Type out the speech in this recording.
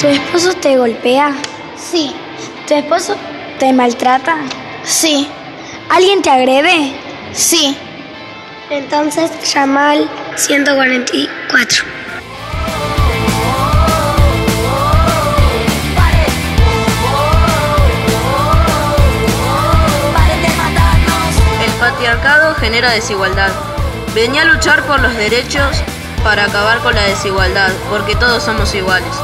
¿Tu esposo te golpea? Sí, ¿Tu esposo te maltrata? sí, ¿Alguien te agrede? sí. Entonces llama al 144. El patriarcado genera desigualdad. Venía a luchar por los derechos para acabar con la desigualdad, porque todos somos iguales.